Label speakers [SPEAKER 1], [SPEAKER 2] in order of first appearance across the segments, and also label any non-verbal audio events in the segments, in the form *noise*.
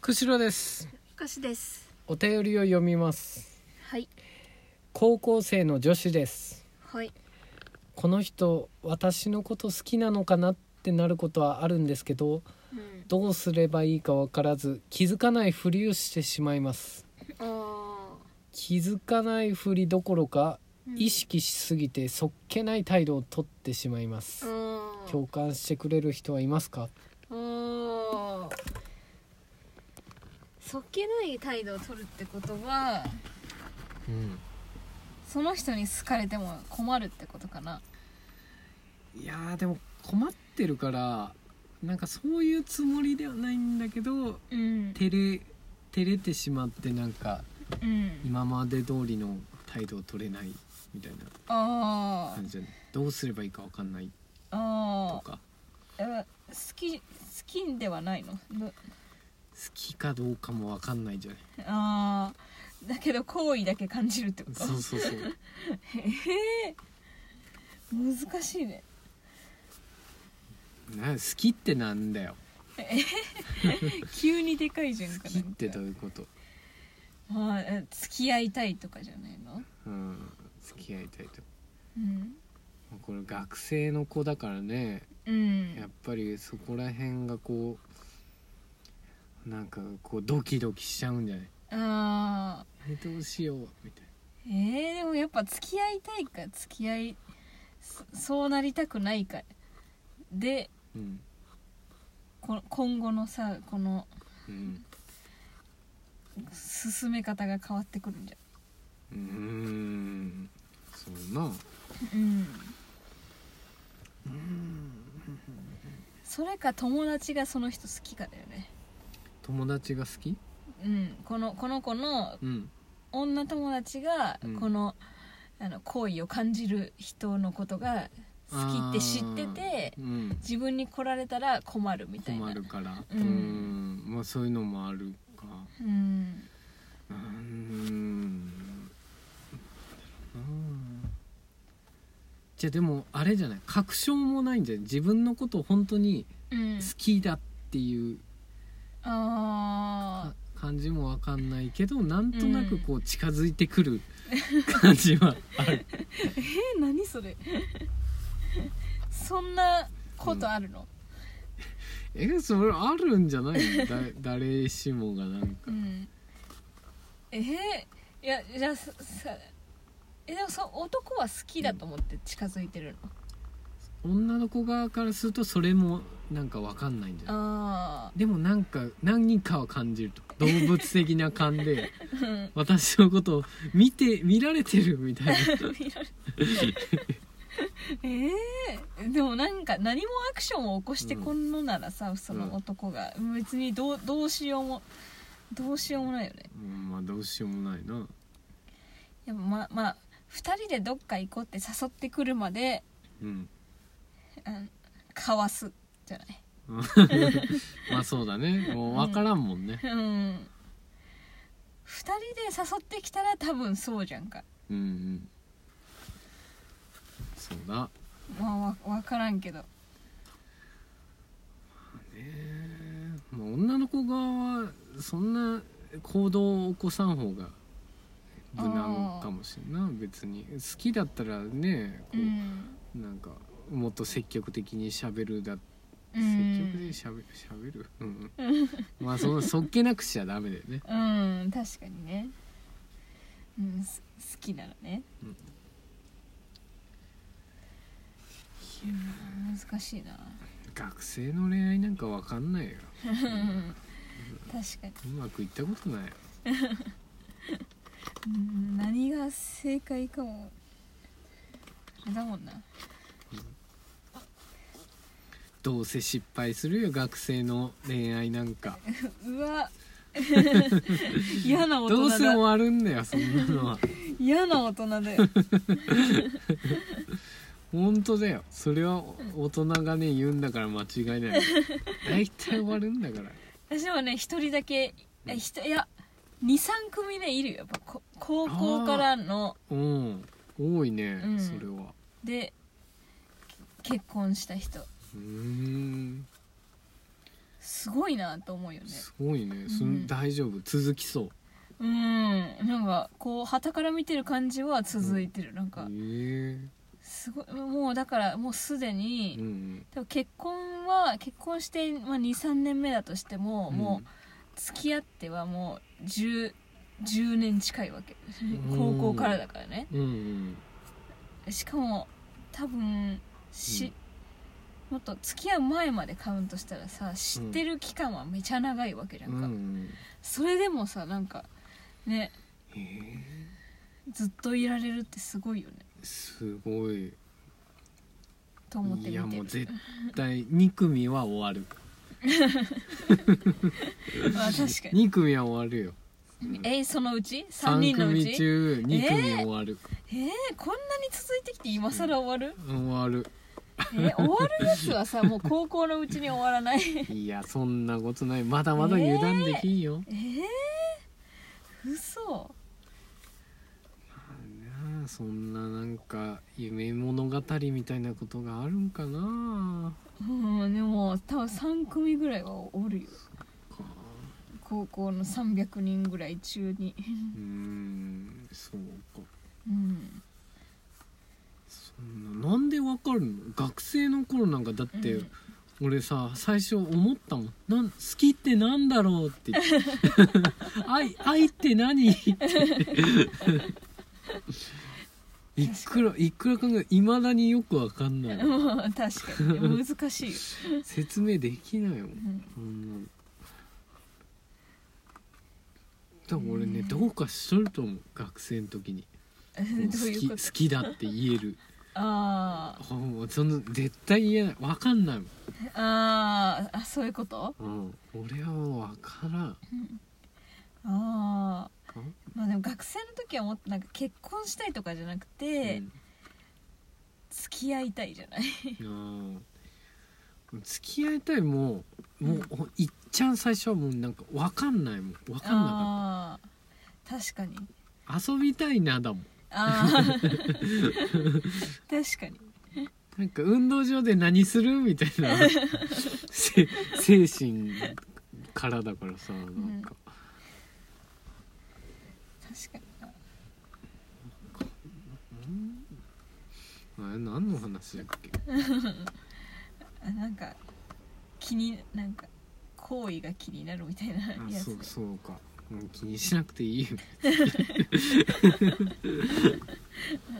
[SPEAKER 1] くしろです
[SPEAKER 2] かしです。
[SPEAKER 1] お便りを読みます
[SPEAKER 2] はい。
[SPEAKER 1] 高校生の女子です
[SPEAKER 2] はい。
[SPEAKER 1] この人私のこと好きなのかなってなることはあるんですけど
[SPEAKER 2] うん。
[SPEAKER 1] どうすればいいかわからず気づかないふりをしてしまいます
[SPEAKER 2] あ
[SPEAKER 1] 気づかないふりどころか
[SPEAKER 2] あ。
[SPEAKER 1] 意。識しすぎてそっけない態度をとってしまいま
[SPEAKER 2] う
[SPEAKER 1] す
[SPEAKER 2] ん。
[SPEAKER 1] 共感してくれる人はいますか
[SPEAKER 2] ああ。そっけない態度を取るってことは、
[SPEAKER 1] うん
[SPEAKER 2] その人に好かれても困るってことかな。
[SPEAKER 1] いやーでも困ってるからなんかそういうつもりではないんだけど
[SPEAKER 2] うん。
[SPEAKER 1] 照れ照れてしまってなんか
[SPEAKER 2] うん。
[SPEAKER 1] 今まで通りの態度を取れないみたいな
[SPEAKER 2] あ
[SPEAKER 1] 感じでどうすればいいか分かんない
[SPEAKER 2] あ。
[SPEAKER 1] と
[SPEAKER 2] ああ。
[SPEAKER 1] か
[SPEAKER 2] え好き好きではないの。ど
[SPEAKER 1] 好きかどうかも分かんないじゃない
[SPEAKER 2] ああ。だけど好意だけ感じるってこと。
[SPEAKER 1] そうそうそう
[SPEAKER 2] へえ。難しいね。
[SPEAKER 1] な好きってなんだよ
[SPEAKER 2] 急にでかい順
[SPEAKER 1] 好
[SPEAKER 2] か
[SPEAKER 1] き
[SPEAKER 2] ら
[SPEAKER 1] ってどういうこと、
[SPEAKER 2] まあえ付き合いたいとかじゃないの
[SPEAKER 1] うん、付き合いたいと
[SPEAKER 2] うん
[SPEAKER 1] これ学生の子だからね
[SPEAKER 2] うん
[SPEAKER 1] やっぱりそこら辺がこうなんかこうドキドキしちゃうんじゃない
[SPEAKER 2] あ
[SPEAKER 1] えどうしようみたい
[SPEAKER 2] ーえー、でもやっぱ付き合いたいか付き合いそそうなりたくないかで
[SPEAKER 1] なうん
[SPEAKER 2] こ今後のさこの
[SPEAKER 1] うん
[SPEAKER 2] 進め方が変わってくるんじ
[SPEAKER 1] うーんそうな
[SPEAKER 2] ゃんうんそれか友達がその人好きかだよね
[SPEAKER 1] 友達が好き
[SPEAKER 2] うんこのこの子の
[SPEAKER 1] うん
[SPEAKER 2] 女友達が
[SPEAKER 1] うん
[SPEAKER 2] この,、あの好意を感じる人のことが好きって知ってて
[SPEAKER 1] あーうん
[SPEAKER 2] 自分に来られたら困るみたいな
[SPEAKER 1] 困るからう
[SPEAKER 2] う
[SPEAKER 1] ー
[SPEAKER 2] ん
[SPEAKER 1] んまあそういうのもあるか
[SPEAKER 2] うん
[SPEAKER 1] うーんなんだろうなじゃあでもあれじゃない確証もないんじゃない自分のことを本当に
[SPEAKER 2] うん
[SPEAKER 1] 好きだっていう
[SPEAKER 2] あ
[SPEAKER 1] か感じもわかんないけどなんとなくこう近づいてくる *laughs* 感じはある
[SPEAKER 2] ーえー、何それ *laughs* そんなことあるの、
[SPEAKER 1] えそれあるんじゃない *laughs* のだ誰しもがなん
[SPEAKER 2] う
[SPEAKER 1] か
[SPEAKER 2] んえー、いやじゃあささえでもそ男は好きだと思って近づいてるの、
[SPEAKER 1] 女の子側からするとそれもなんかわかんないんじゃない
[SPEAKER 2] あ
[SPEAKER 1] でもなんか何人かは感じると動物的な感 *laughs* で
[SPEAKER 2] あうん
[SPEAKER 1] 私のことを見て見られてるみたいな
[SPEAKER 2] 見られ *laughs* ええでもなんか何もアクションを起こしてこんのならさ、その男が別にどうどうしようもどうしようもないよね
[SPEAKER 1] うんまあどうしようもないな
[SPEAKER 2] やっぱまあまあ2人でどっか行こうって誘ってくるまで、
[SPEAKER 1] うん
[SPEAKER 2] うん、かわすじゃない
[SPEAKER 1] まあそうだねもう分からんもんね
[SPEAKER 2] うん2人で誘ってきたら多分そうじゃんか
[SPEAKER 1] うんうんそうだ
[SPEAKER 2] まあわ分からんけど
[SPEAKER 1] ねえまあ女の子側はそんな行動を起こさん方が無難かもしれんない別に好きだったらねこ
[SPEAKER 2] う
[SPEAKER 1] う、
[SPEAKER 2] ん
[SPEAKER 1] なんかもっと積極的にしゃべるだ
[SPEAKER 2] う
[SPEAKER 1] 積極的
[SPEAKER 2] ん
[SPEAKER 1] にしゃべしゃべる、うん、 *laughs* まあそのそっけなくしちゃダメだよね
[SPEAKER 2] うん確かにねうんす好きならねうん難しいな
[SPEAKER 1] 学生の恋愛なんかわかんないよ
[SPEAKER 2] うん *laughs* 確かに
[SPEAKER 1] うまくいったことないよ
[SPEAKER 2] うん何が正解かもあれだもんな
[SPEAKER 1] どうせ失敗するよ学生の恋愛なんか
[SPEAKER 2] うわ嫌な大
[SPEAKER 1] どうせ
[SPEAKER 2] 人
[SPEAKER 1] 終
[SPEAKER 2] だ
[SPEAKER 1] わるんだよそんなのは
[SPEAKER 2] 嫌な大人だよ
[SPEAKER 1] 本当だよそれは大人がね言うんだから間違いない大体終わるんだから
[SPEAKER 2] 私もね一人だけえひといや23組ねいるよやっぱこ高校からの
[SPEAKER 1] うん多いね、
[SPEAKER 2] うん
[SPEAKER 1] それは
[SPEAKER 2] でけ結婚した人
[SPEAKER 1] うーん
[SPEAKER 2] すごいなと思うよね
[SPEAKER 1] すごいねすん
[SPEAKER 2] うん
[SPEAKER 1] 大丈夫続きそう
[SPEAKER 2] うんなんかこう旗から見てる感じは続いてる、なん
[SPEAKER 1] へえ
[SPEAKER 2] かすごいもうだからもうすでに、
[SPEAKER 1] うんうん
[SPEAKER 2] 多分結婚は結婚して、まあ、23年目だとしても、もう付き合ってはもう 10, 10年近いわけ
[SPEAKER 1] うん
[SPEAKER 2] 高校からだからね
[SPEAKER 1] うんうん
[SPEAKER 2] しかも多分し、もっと付き合う前までカウントしたらさ知ってる期間はめちゃ長いわけじゃん
[SPEAKER 1] う
[SPEAKER 2] か、
[SPEAKER 1] んうん
[SPEAKER 2] それでもさなんかね
[SPEAKER 1] へえ
[SPEAKER 2] ずっといられるってすごいよね
[SPEAKER 1] すごい
[SPEAKER 2] と思って
[SPEAKER 1] い
[SPEAKER 2] 見
[SPEAKER 1] や
[SPEAKER 2] て
[SPEAKER 1] もう
[SPEAKER 2] る
[SPEAKER 1] 絶対2組は終わる
[SPEAKER 2] まあ確かに
[SPEAKER 1] 2組は終わるよ
[SPEAKER 2] えそのうち3
[SPEAKER 1] 3
[SPEAKER 2] 人のう
[SPEAKER 1] 組
[SPEAKER 2] ち
[SPEAKER 1] 中2組終わる、
[SPEAKER 2] えー、こんなに続いてきて今更終わる、
[SPEAKER 1] 終わ
[SPEAKER 2] え終わるやつは *laughs* さもう高校のうちに終わらないえ
[SPEAKER 1] るいやそんなことないまだまだ油断できんよ、
[SPEAKER 2] ー、嘘
[SPEAKER 1] なあそんななんか夢物語みたいなことがあるんかな
[SPEAKER 2] うんでも多分3組ぐらいはおるよ
[SPEAKER 1] か
[SPEAKER 2] 高校の300人ぐらい中に
[SPEAKER 1] うーんそうか
[SPEAKER 2] うん
[SPEAKER 1] そんななんでわかるの学生の頃なんかだって、
[SPEAKER 2] うん
[SPEAKER 1] 俺さ最初思ったもんなん好きってなんだろうっ
[SPEAKER 2] *laughs*
[SPEAKER 1] て言って愛愛って何っていくらいくら考えいまだによくわかんない
[SPEAKER 2] *laughs* もう確かに難しいよ、
[SPEAKER 1] 説明できないもん
[SPEAKER 2] うん
[SPEAKER 1] そんな多分俺ねどうかしとると思う学生の時に
[SPEAKER 2] え
[SPEAKER 1] もう
[SPEAKER 2] *laughs* どう
[SPEAKER 1] 好
[SPEAKER 2] いう
[SPEAKER 1] き
[SPEAKER 2] こ
[SPEAKER 1] 好
[SPEAKER 2] と
[SPEAKER 1] きだって言える
[SPEAKER 2] あー
[SPEAKER 1] あもうその絶対言えないわかんない
[SPEAKER 2] あーあそういうこと
[SPEAKER 1] もん、うん、俺はもうわからん
[SPEAKER 2] ああまあでも学生の時はもっとなんか結婚したいとかじゃなくて、
[SPEAKER 1] うん
[SPEAKER 2] 付き合いたいじゃない
[SPEAKER 1] うん付き合いたいももう、いっちゃん最初はもうなんかわかんないもんわかんな
[SPEAKER 2] ああー確かに
[SPEAKER 1] かった遊びたいなだもん
[SPEAKER 2] ああ
[SPEAKER 1] *laughs*
[SPEAKER 2] 確かに
[SPEAKER 1] なんか運動場で何するみたい *laughs* なせ精神からだからさなんか、
[SPEAKER 2] 確かにな
[SPEAKER 1] あれ何の話だっけ
[SPEAKER 2] あなんか気になんか行為が気になるみたいな
[SPEAKER 1] あ
[SPEAKER 2] や
[SPEAKER 1] そ
[SPEAKER 2] つ
[SPEAKER 1] うそうかもう気にしなくていいよ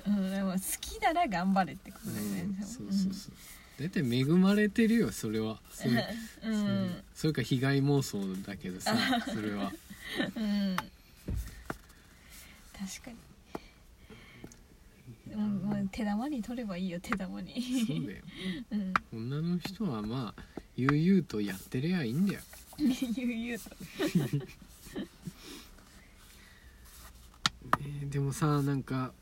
[SPEAKER 2] うん、でも好きなら頑張れってことだよね、
[SPEAKER 1] うんそうそうそう大体恵まれてるよそれはそれ,、
[SPEAKER 2] うんうん、
[SPEAKER 1] それか被害妄想だけど *laughs* さそれは
[SPEAKER 2] うん、確かにでもまあ手玉に取ればいいよ手玉
[SPEAKER 1] そう
[SPEAKER 2] に
[SPEAKER 1] だよ
[SPEAKER 2] うん
[SPEAKER 1] 女の人はまあ悠々とやってりゃいいんだよ
[SPEAKER 2] 悠々と
[SPEAKER 1] えーでもさなんか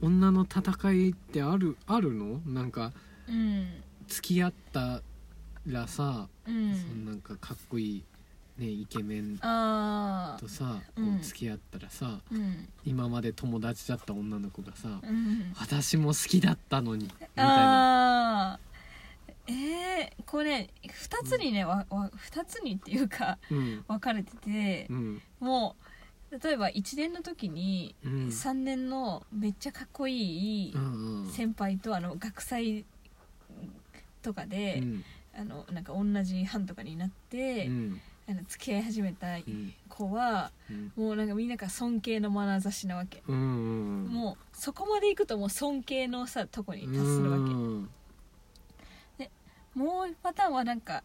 [SPEAKER 1] 女の戦いってあるあるのなんか
[SPEAKER 2] うん
[SPEAKER 1] 付き合ったらさ、
[SPEAKER 2] う
[SPEAKER 1] その
[SPEAKER 2] ん
[SPEAKER 1] なんかかっこいい、ね、イケメン
[SPEAKER 2] ああ
[SPEAKER 1] とさ、
[SPEAKER 2] うん
[SPEAKER 1] こう付き合ったらさ
[SPEAKER 2] うん
[SPEAKER 1] 今まで友達だった女の子がさ、
[SPEAKER 2] うん
[SPEAKER 1] 私も好きだったのにみたいな
[SPEAKER 2] ああーえー、これ2つにね、わわ2つにっていうか *laughs*
[SPEAKER 1] うん
[SPEAKER 2] 分かれてて
[SPEAKER 1] う、ん
[SPEAKER 2] もう例えば1年の時に
[SPEAKER 1] うん
[SPEAKER 2] 3年のめっちゃかっこいい
[SPEAKER 1] うんうん
[SPEAKER 2] 先輩とあの学祭とか
[SPEAKER 1] う
[SPEAKER 2] で、
[SPEAKER 1] ん
[SPEAKER 2] あのなんか同じ班とかになって、
[SPEAKER 1] うん
[SPEAKER 2] あの付き合い始めた
[SPEAKER 1] うん
[SPEAKER 2] 子は
[SPEAKER 1] うん
[SPEAKER 2] もうなんかみんなが尊敬の眼差しなわけ、
[SPEAKER 1] うんうん
[SPEAKER 2] もうそこまでいくともう尊敬のさとこに達するわけ、
[SPEAKER 1] うん
[SPEAKER 2] もう一パターンはなんか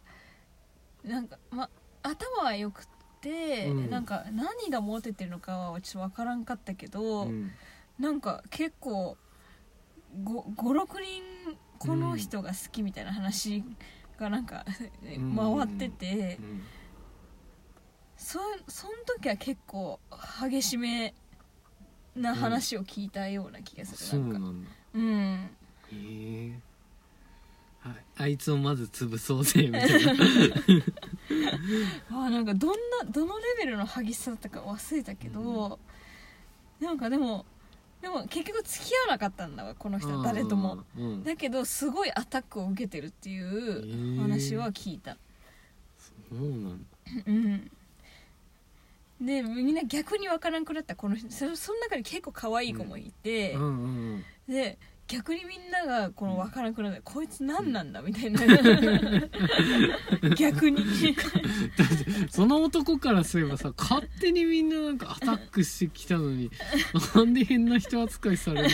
[SPEAKER 2] なんか、ま、頭は良くて、
[SPEAKER 1] うん
[SPEAKER 2] なんか何がモテてるのかはちょっと分からんかったけど、
[SPEAKER 1] うん
[SPEAKER 2] なんか結構56人この人が好きみたいな話がなんか、
[SPEAKER 1] ん
[SPEAKER 2] 回ってて、そその時は結構激しめな話を聞いたような気がす
[SPEAKER 1] そう
[SPEAKER 2] る、
[SPEAKER 1] な
[SPEAKER 2] な
[SPEAKER 1] ん
[SPEAKER 2] か
[SPEAKER 1] んだ
[SPEAKER 2] うん
[SPEAKER 1] へえああいつをまず潰そうぜみたいな
[SPEAKER 2] あなんかどんなどのレベルの激しさだったか忘れたけど、なんかでもでも結局付き合わなかったんだわこの人は *laughs* 誰とも、
[SPEAKER 1] うんうん
[SPEAKER 2] だけどすごいアタックを受けてるっていう話は聞いた、
[SPEAKER 1] そうなん
[SPEAKER 2] でみんな逆にわからんくなったこの人そその中に結構可愛い子もいて、
[SPEAKER 1] うんうん
[SPEAKER 2] で逆にみんながこのわからなくなった、こいつ何なんだみたい
[SPEAKER 1] *laughs*
[SPEAKER 2] な逆に
[SPEAKER 1] うん、その男からすればさ勝手にみんななんかアタックしてきたのになんで変な人扱いされない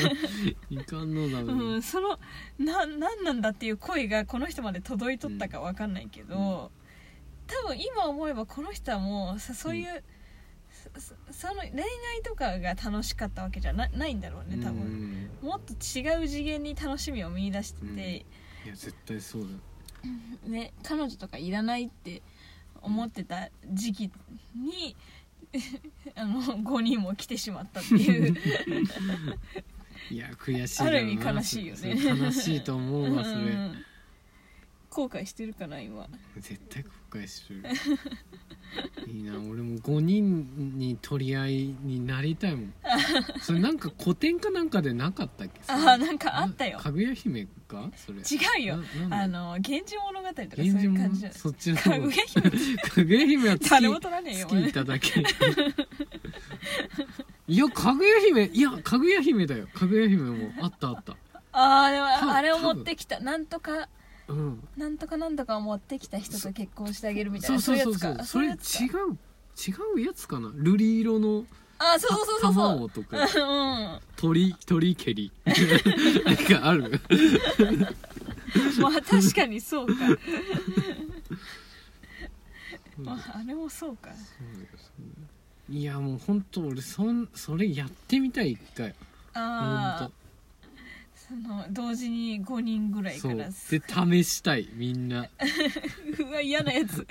[SPEAKER 1] いかんのだろう、
[SPEAKER 2] うん、そのな何なんだっていう声がこの人まで届いとったかわかんないけど、
[SPEAKER 1] うん
[SPEAKER 2] 多分今思えばこの人はもうさそういう、そそその恋愛とかが楽しかったわけじゃなないんだろうね多
[SPEAKER 1] う
[SPEAKER 2] 分、
[SPEAKER 1] ん
[SPEAKER 2] もっと違う次元に楽しみを見出してて、
[SPEAKER 1] いや絶対そうだ
[SPEAKER 2] ね、彼女とかいらないって思ってた時期に *laughs* あの5人も来てしまったっていう
[SPEAKER 1] いや悔しいだろうな
[SPEAKER 2] ある意味悲しいよね
[SPEAKER 1] それそれ悲しいと思うわそれ、
[SPEAKER 2] うん後悔してるかな今
[SPEAKER 1] 絶対後悔するいいな俺も5人に取り合いになりたいもんそれなんか古典かなんかでなかったっけ
[SPEAKER 2] あーなんかあったよ
[SPEAKER 1] かぐや姫かそれ
[SPEAKER 2] 違うよ
[SPEAKER 1] なな
[SPEAKER 2] あ
[SPEAKER 1] んだ
[SPEAKER 2] の「源氏物語」とかそう
[SPEAKER 1] 源
[SPEAKER 2] い
[SPEAKER 1] 氏
[SPEAKER 2] う
[SPEAKER 1] も
[SPEAKER 2] 感じじゃない
[SPEAKER 1] そっちの
[SPEAKER 2] か
[SPEAKER 1] 方
[SPEAKER 2] ぐ
[SPEAKER 1] が
[SPEAKER 2] や姫って
[SPEAKER 1] かぐや姫は
[SPEAKER 2] 誰も
[SPEAKER 1] 月
[SPEAKER 2] 取らねえよ
[SPEAKER 1] 月いただけ *laughs* いやかぐや姫いやかぐや姫だよかぐや姫もあったあった
[SPEAKER 2] ああでも
[SPEAKER 1] 多分
[SPEAKER 2] あれを持ってきたなんとか
[SPEAKER 1] うん
[SPEAKER 2] なんとかなんとかを持ってきた人と結婚してあげるみたい
[SPEAKER 1] そ
[SPEAKER 2] な
[SPEAKER 1] うそう
[SPEAKER 2] い
[SPEAKER 1] そう
[SPEAKER 2] やつ
[SPEAKER 1] そう
[SPEAKER 2] か
[SPEAKER 1] それ
[SPEAKER 2] う
[SPEAKER 1] 違
[SPEAKER 2] いううやつか
[SPEAKER 1] 違うやつかな瑠璃色の
[SPEAKER 2] あーそうそうそうそ
[SPEAKER 1] 卵
[SPEAKER 2] う
[SPEAKER 1] とか *laughs*
[SPEAKER 2] そううん
[SPEAKER 1] 鳥鳥蹴
[SPEAKER 2] *laughs*
[SPEAKER 1] りなんかある
[SPEAKER 2] まあ確かにそうかまああれもそうか
[SPEAKER 1] いやもう本当俺そんそれやってみたい一回
[SPEAKER 2] ああ
[SPEAKER 1] 本
[SPEAKER 2] その同時に5人ぐら
[SPEAKER 1] 当
[SPEAKER 2] い
[SPEAKER 1] そ
[SPEAKER 2] か
[SPEAKER 1] う
[SPEAKER 2] ら *laughs*
[SPEAKER 1] で試したいみんな
[SPEAKER 2] うわ嫌なやつ